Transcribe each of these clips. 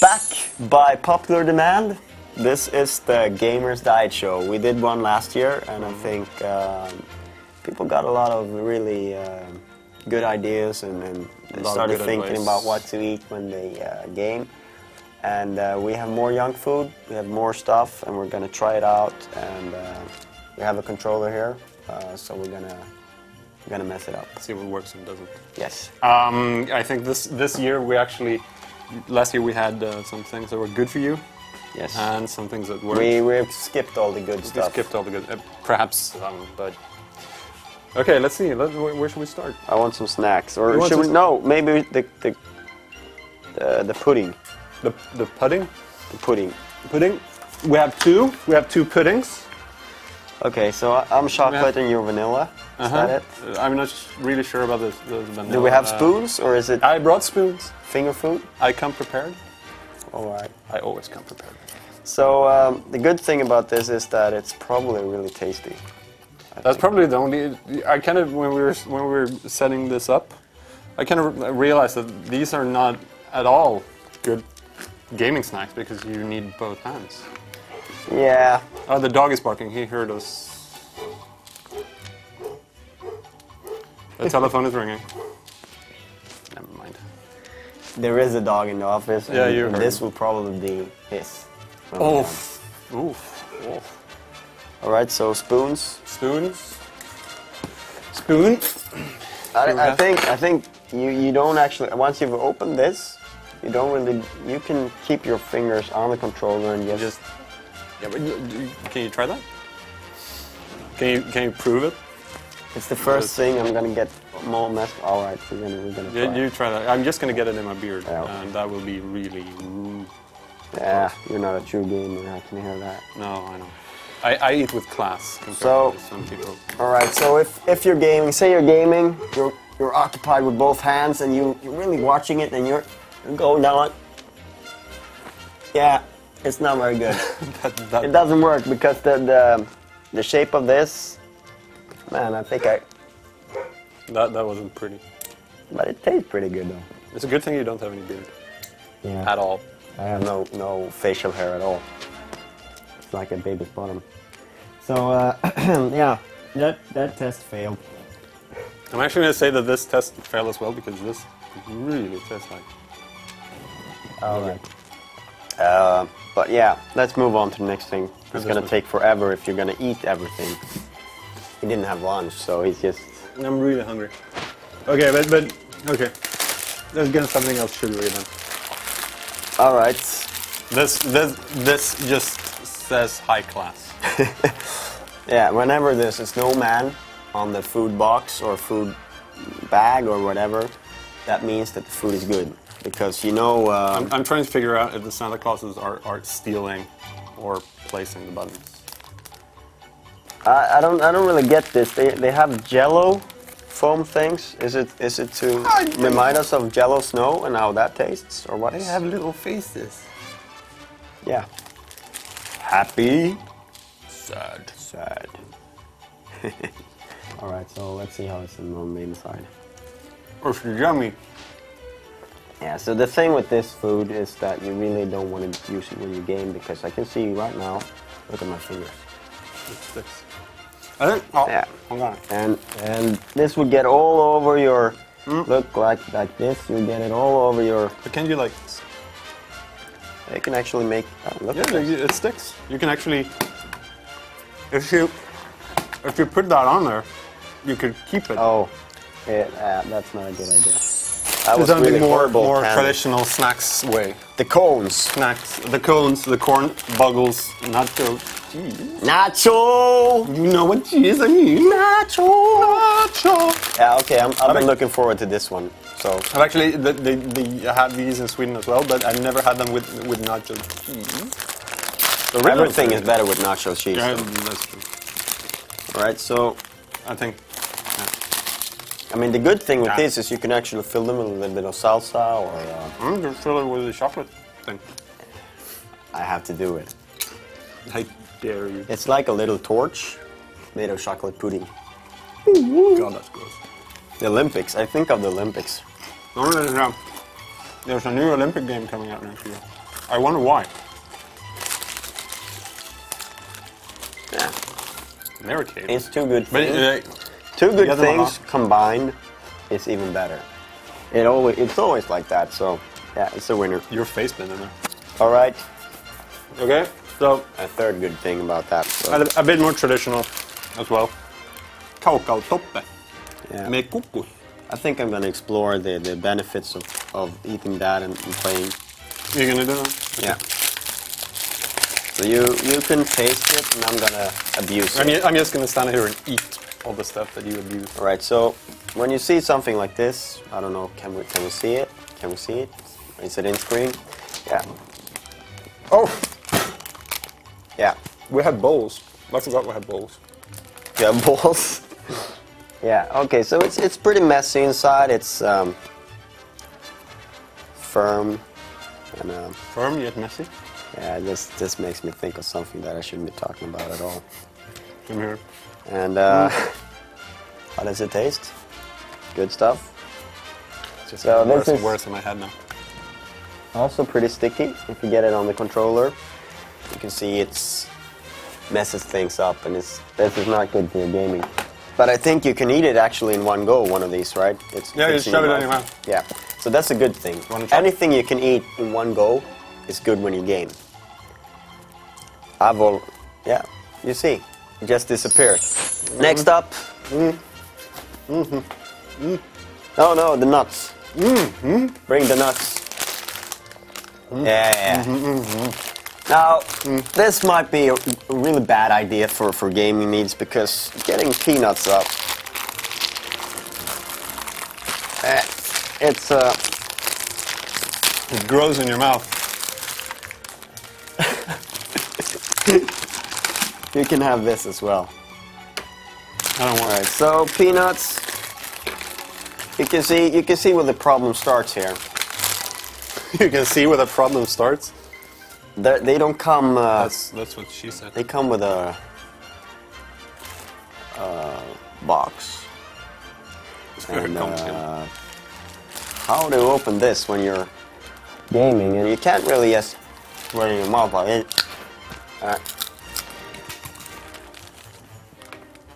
back by popular demand. This is the Gamers Diet Show. We did one last year, and I think um, people got a lot of really um good ideas and, and they lot of started good thinking advice. about what to eat when they uh, game. And uh, we have more junk food, we have more stuff, and we're gonna try it out. And uh, we have a controller here, uh, so we're gonna we're gonna mess it up. See what works and doesn't. Yes. Um, I think this this year we actually last year we had uh, some things that were good for you Yes. and some things that weren't. Uh, we we've skipped all the good We stuff. skipped all the good, uh, perhaps, um, but okay. Let's see. Let, where, where should we start? I want some snacks, You or want should we? some- No, maybe the the uh, the pudding, The the pudding, the pudding. pudding. We have two. We have two puddings. Okay, so I- I'm chocolate and you're vanilla. Is that it? Uh, I'm not sh- really sure about the, the vanilla. Do we have uh, spoons or is it I brought spoons. finger food? I come prepared. All right. I always come prepared. So um, the good thing about this is that it's probably really tasty. That's probably the only. I kind of when we were when we were setting this up, I kind of realized that these are not at all good gaming snacks because you need both hands. Yeah. Oh, the dog is barking. He heard us. The telephone is ringing. Never mind. There is a dog in the office. Yeah, and you heard Oh. This him. will probably be his. from now on. Oof. Oof. Oof. All right. So spoons. Spoons. Spoon. I, Here we I go. think I think you you don't actually once you've opened this, you don't really you can keep your fingers on the controller and just, Just. Yeah, but you- you- can you try that? Can you can you prove it? it's the first thing I'm gonna get more messed. All right, we're gonna we're gonna Yeah, try. you try that. I'm just gonna get it in my beard, Yeah. and that will be really. No, yeah, you're not a true gamer. I can hear that. I know. I, I eat with class compared So- to some people. All right, so if, if you're gaming, say you're gaming, you're you're occupied with both hands and you you're really watching it and you're you're going down. like- Yeah, it's not very good. That, that, It doesn't work because the the, the shape of this. Man, I think I. that that wasn't pretty. But it tastes pretty good though. It's a good thing you don't have any beard Yeah. at all. I have no no facial hair at all. It's like a baby's bottom. So uh, yeah, that that test failed. I'm actually gonna say that this test failed as well because this really tastes like. All right. Uh, but yeah, let's move on to the next thing. It's This gonna one. take forever if you're gonna eat everything. He didn't have lunch, so he's just. I'm really hungry. Okay, but but okay. Let's get something else sugary then. All right. This this this just says high class. Yeah. Whenever there's a snowman on the food box or food bag or whatever, that means that the food is good because you know. Um, I'm, I'm trying to figure out if the Santa Clauses are, are stealing or placing the buttons. I, I don't I don't really get this. They they have Jello foam things. Is it is it to I don't- remind us of Jello snow and how that tastes or what? little faces. yeah. Happy. Sad. Sad. All right, so let's see how it's on the inside. Oh, It's yummy. Yeah. So the thing with this food is that you really don't want to use it when you game because I can see right now. Look at my fingers. It sticks. I think. Oh, Yeah. Hold on. and and this would get all over your look like like this. You get it all over your. But can you like? s- It can actually make. Oh, look at Yeah, this. you- it sticks. You can actually. If you, if you put that on there, you could keep it. Oh, yeah, uh, that's not a good idea. That It's was gonna really be more horrible. more Tanner. traditional snacks way. The cones. Snacks, the cones, the corn buggles, nacho cheese. Nacho. You know what cheese I mean? Nacho, nacho. Yeah, okay. I'm, I've been think- looking forward to this one. So I've actually they, they, they have these in Sweden as well, but I've never had them with with nacho cheese. The real everything is thing- better with nacho cheese. Yeah, that's true. All right. So I think. I mean, the good thing with Yeah. this is you can actually fill them with a little bit of salsa, or uh, I'm gonna fill it mm, with the chocolate thing. I have to do it. I dare you. It's like a little torch made of chocolate pudding. God, that's gross. The Olympics. I think of the Olympics. No, no, no, no. There's a new Olympic game coming out next year. I wonder why. Yeah. Never came. It's two good but uh, things. it, two good the other one things combined is even better. It always it's always like that. So yeah, it's a winner. your face been in there. All right. Okay, so A third good thing about that. So, a, a bit more traditional as well. Kaukaltoppe yeah. med kokos. I think I'm gonna explore the, the benefits of, of eating that and, and playing. You're gonna do that? Yeah. So you you can taste it, and I'm gonna abuse I'm, it. ju- I'm just gonna stand here and eat all the stuff that you abuse. All right. So when you see something like this, I don't know. Can we can we see it? Can we see it? Is it in screen? Yeah. Oh, Yeah. we had bowls. I forgot we had bowls. Yeah, balls. yeah. Okay. So it's it's pretty messy inside. It's um, firm, and um, Firm yet messy. yeah, this this makes me think of something that I shouldn't be talking about at all. Come here. And uh, Mm. how does it taste? Good stuff. It's just So worse this and is- worse in my head now. Also pretty sticky. If you get it on the controller, you can see it's messes things up, and it's this is not good for your gaming. But I think you can eat it actually in one go. One of these, right? It's Yeah, you it's in shove it your in your mouth. mouth. Yeah. So that's a good thing. Wanna try? Anything you can eat in one go is good when you game. I've all, yeah. You see, it just disappeared. Mm-hmm. Next up. Mm. Mhm. Mm. No, no, the nuts. Mm-hmm. Bring the nuts. Yeah, yeah. Mm-hmm, Now, Mm. this might be a a really bad idea for, for gaming needs because getting peanuts up. eh, It's uh, It grows in your mouth. you can have this as well. I don't All want right, it. so peanuts. You can see you can see where the problem starts here. you can see where the problem starts. They're, they they do not come. Uh, That's that's what she said. they come with a uh, box. And, uh, how to open this when you're gaming and you can't really just run your mouth like it. Uh,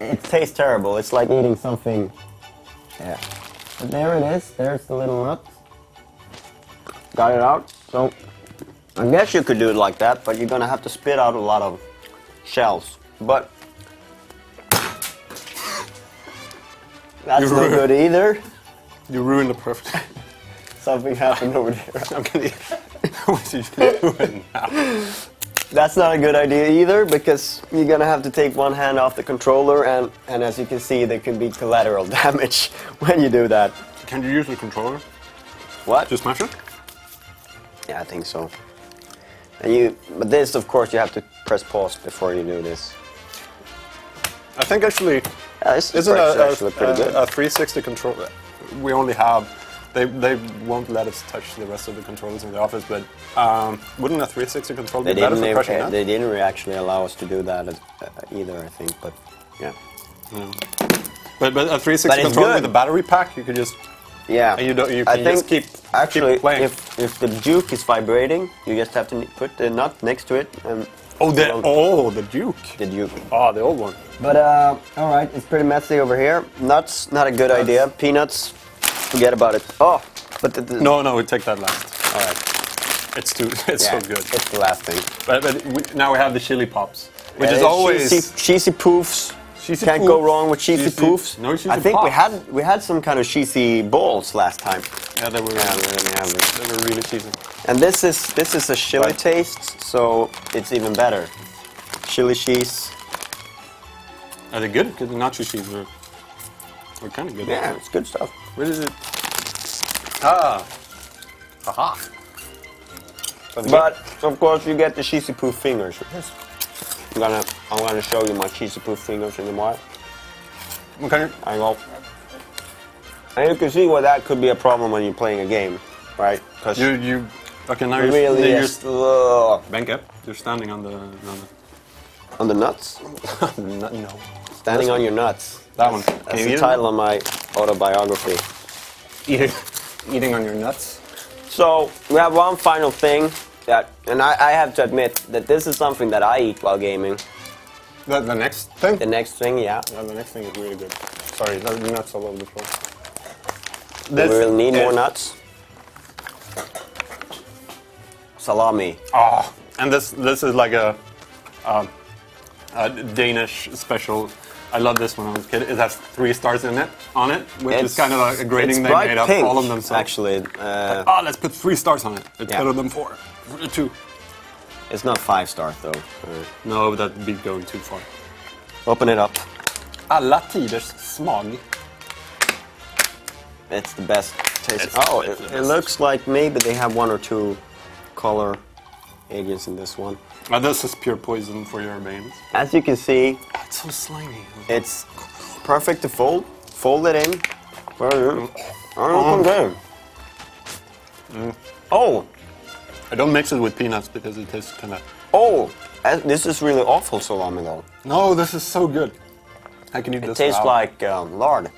it tastes terrible. It's like eating something. Yeah. But there it is. There's the little nut. Got it out. So I guess you could do it like that, but you're gonna have to spit out a lot of shells. But that's You no ruined- good either. you ruined the perfect. Something happened over there. I'm gonna. what are you doing now? That's not a good idea either because you're gonna have to take one hand off the controller and, and as you can see there can be collateral damage when you do that. Can you use the controller What? to smash it? yeah, I think so. And you but this of course you have to press pause before you do this. I think actually, Yeah, this is isn't a, a, actually pretty a- good. a 360 controller? We only have. They, they won't let us touch the rest of the controllers in the office, but um, wouldn't a 360 controller they be better didn't for crushing uh, that? they didn't really actually allow us to do that as, uh, either I think but yeah. Hmm. But, but a 360 But it's controller good. with a battery pack, you could just. Yeah. And you don't- you I can think just keep- actually keep playing. if if the juke is vibrating, you just have to ne- put the nut next to it and Oh, the Well, oh the Duke. the juke. Oh, the old one. But uh, all right, it's pretty messy over here. Nuts, not a good Nuts. idea. Peanuts, forget about it. Oh, but the, the No, no, we take that last. All right, It's too. It's yeah, so good. It's the last thing. But, but we, now we have the chili pops, which Yeah, is it's always. cheesy, cheesy poofs. Cheesy Can't go poofs. wrong with cheesy, Cheesy- poofs. no cheesy I think we had puffs. we had some kind of cheesy balls last time. Yeah, they were, Yeah, we didn't have it. they were really cheesy. And this is this is a chili Right. taste, so it's even better. Chili cheese. Are they good? Because the nacho cheese were, were kind of good. Yeah, it's good stuff. Where is it? Ah. Aha. But of course, you get the cheesy poof fingers. I'm gonna, I'm gonna show you my cheesy poof fingers in a while. Okay. I go. And you can see why that could be a problem when you're playing a game, right? Because You, you, okay, now you're, really you're just ugh, bank up. You're standing on the, on on the nuts, the no, no. standing on your nuts. That one. Can That's you the eat it? title of my autobiography. Eating, eating on your nuts. So we have one final thing, Yeah, and I, I have to admit that this is something that I eat while gaming. The, the next thing? The next thing, yeah, Yeah, the next thing is really good. Sorry, the nuts all over the floor. we will need yeah. more nuts. Salami. Oh, and this this is like a, um, a Danish special. I love this when I was a kid. It has three stars in it on it, which is kind of a, a it's grading they bright made up pink, all of themselves. Actually, uh, Ah, let's put three stars on it. It's Yeah. better than four. Two. it's not five star though. Uh, No, that'd be going too far. open it up. Alla tiders smag. It's the best taste. It's- oh, it's it, the it best. looks like maybe they have one or two color agents in this one. Now this is pure poison for your veins. As you can see, It's so slimy. it's perfect to fold. Fold it in. Well, yeah. I don't know. Mm. Oh, I don't mix it with peanuts because it tastes kind of. oh, uh, this is really awful salami though. No, this is so good. I can eat It this. tastes now. like um, lard.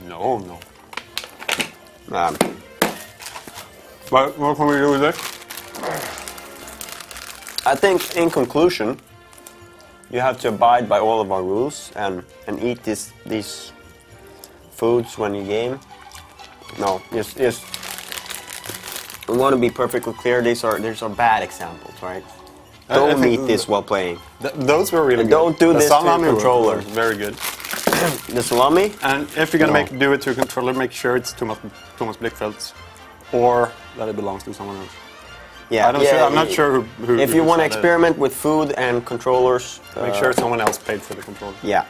No, no. Um, But what can we do with this? I think, in conclusion, you have to abide by all of our rules and, and eat this, these foods when you game. No, just, just we want to be perfectly clear. These are these are bad examples, right? I- I Don't think eat this while playing. Th- those were really And good. don't do the this to your salami were- controller. were Very good. The salami, And if you're gonna No. make do it to your controller, make sure it's Thomas, Thomas Blickfeld's, or that it belongs to someone else. yeah. I don't yeah, sure- I'm not y- sure who- who- if who you want to decided. experiment with food and controllers, Make uh, sure someone else paid for the controller. Yeah,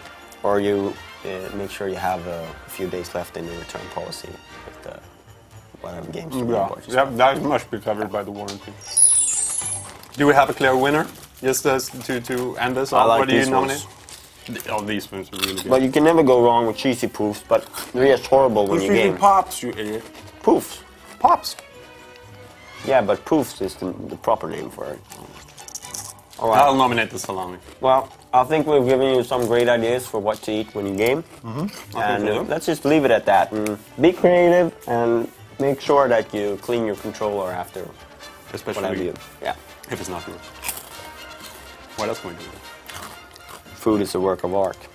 or you uh, make sure you have uh, a few days left in your return policy with the whatever games you Yeah, purchased. that, that must be covered by the warranty. Do we have a clear winner? Just as to, to end this off, like what do you these ones. nominate? Th- Oh, these ones are really good. But you can never go wrong with cheesy poofs, but they're just horrible when you game. pops, you idiot. Poofs. Pops. Yeah, but poofs is the, the proper name for it. All right. I'll nominate the salami. well, I think we've given you some great ideas for what to eat when you game. Mm-hmm. And so, uh, yeah. let's just leave it at that. And be creative and make sure that you clean your controller after whatever Especially you. Yeah. if it's not yours. What else can we do? Food is a work of art.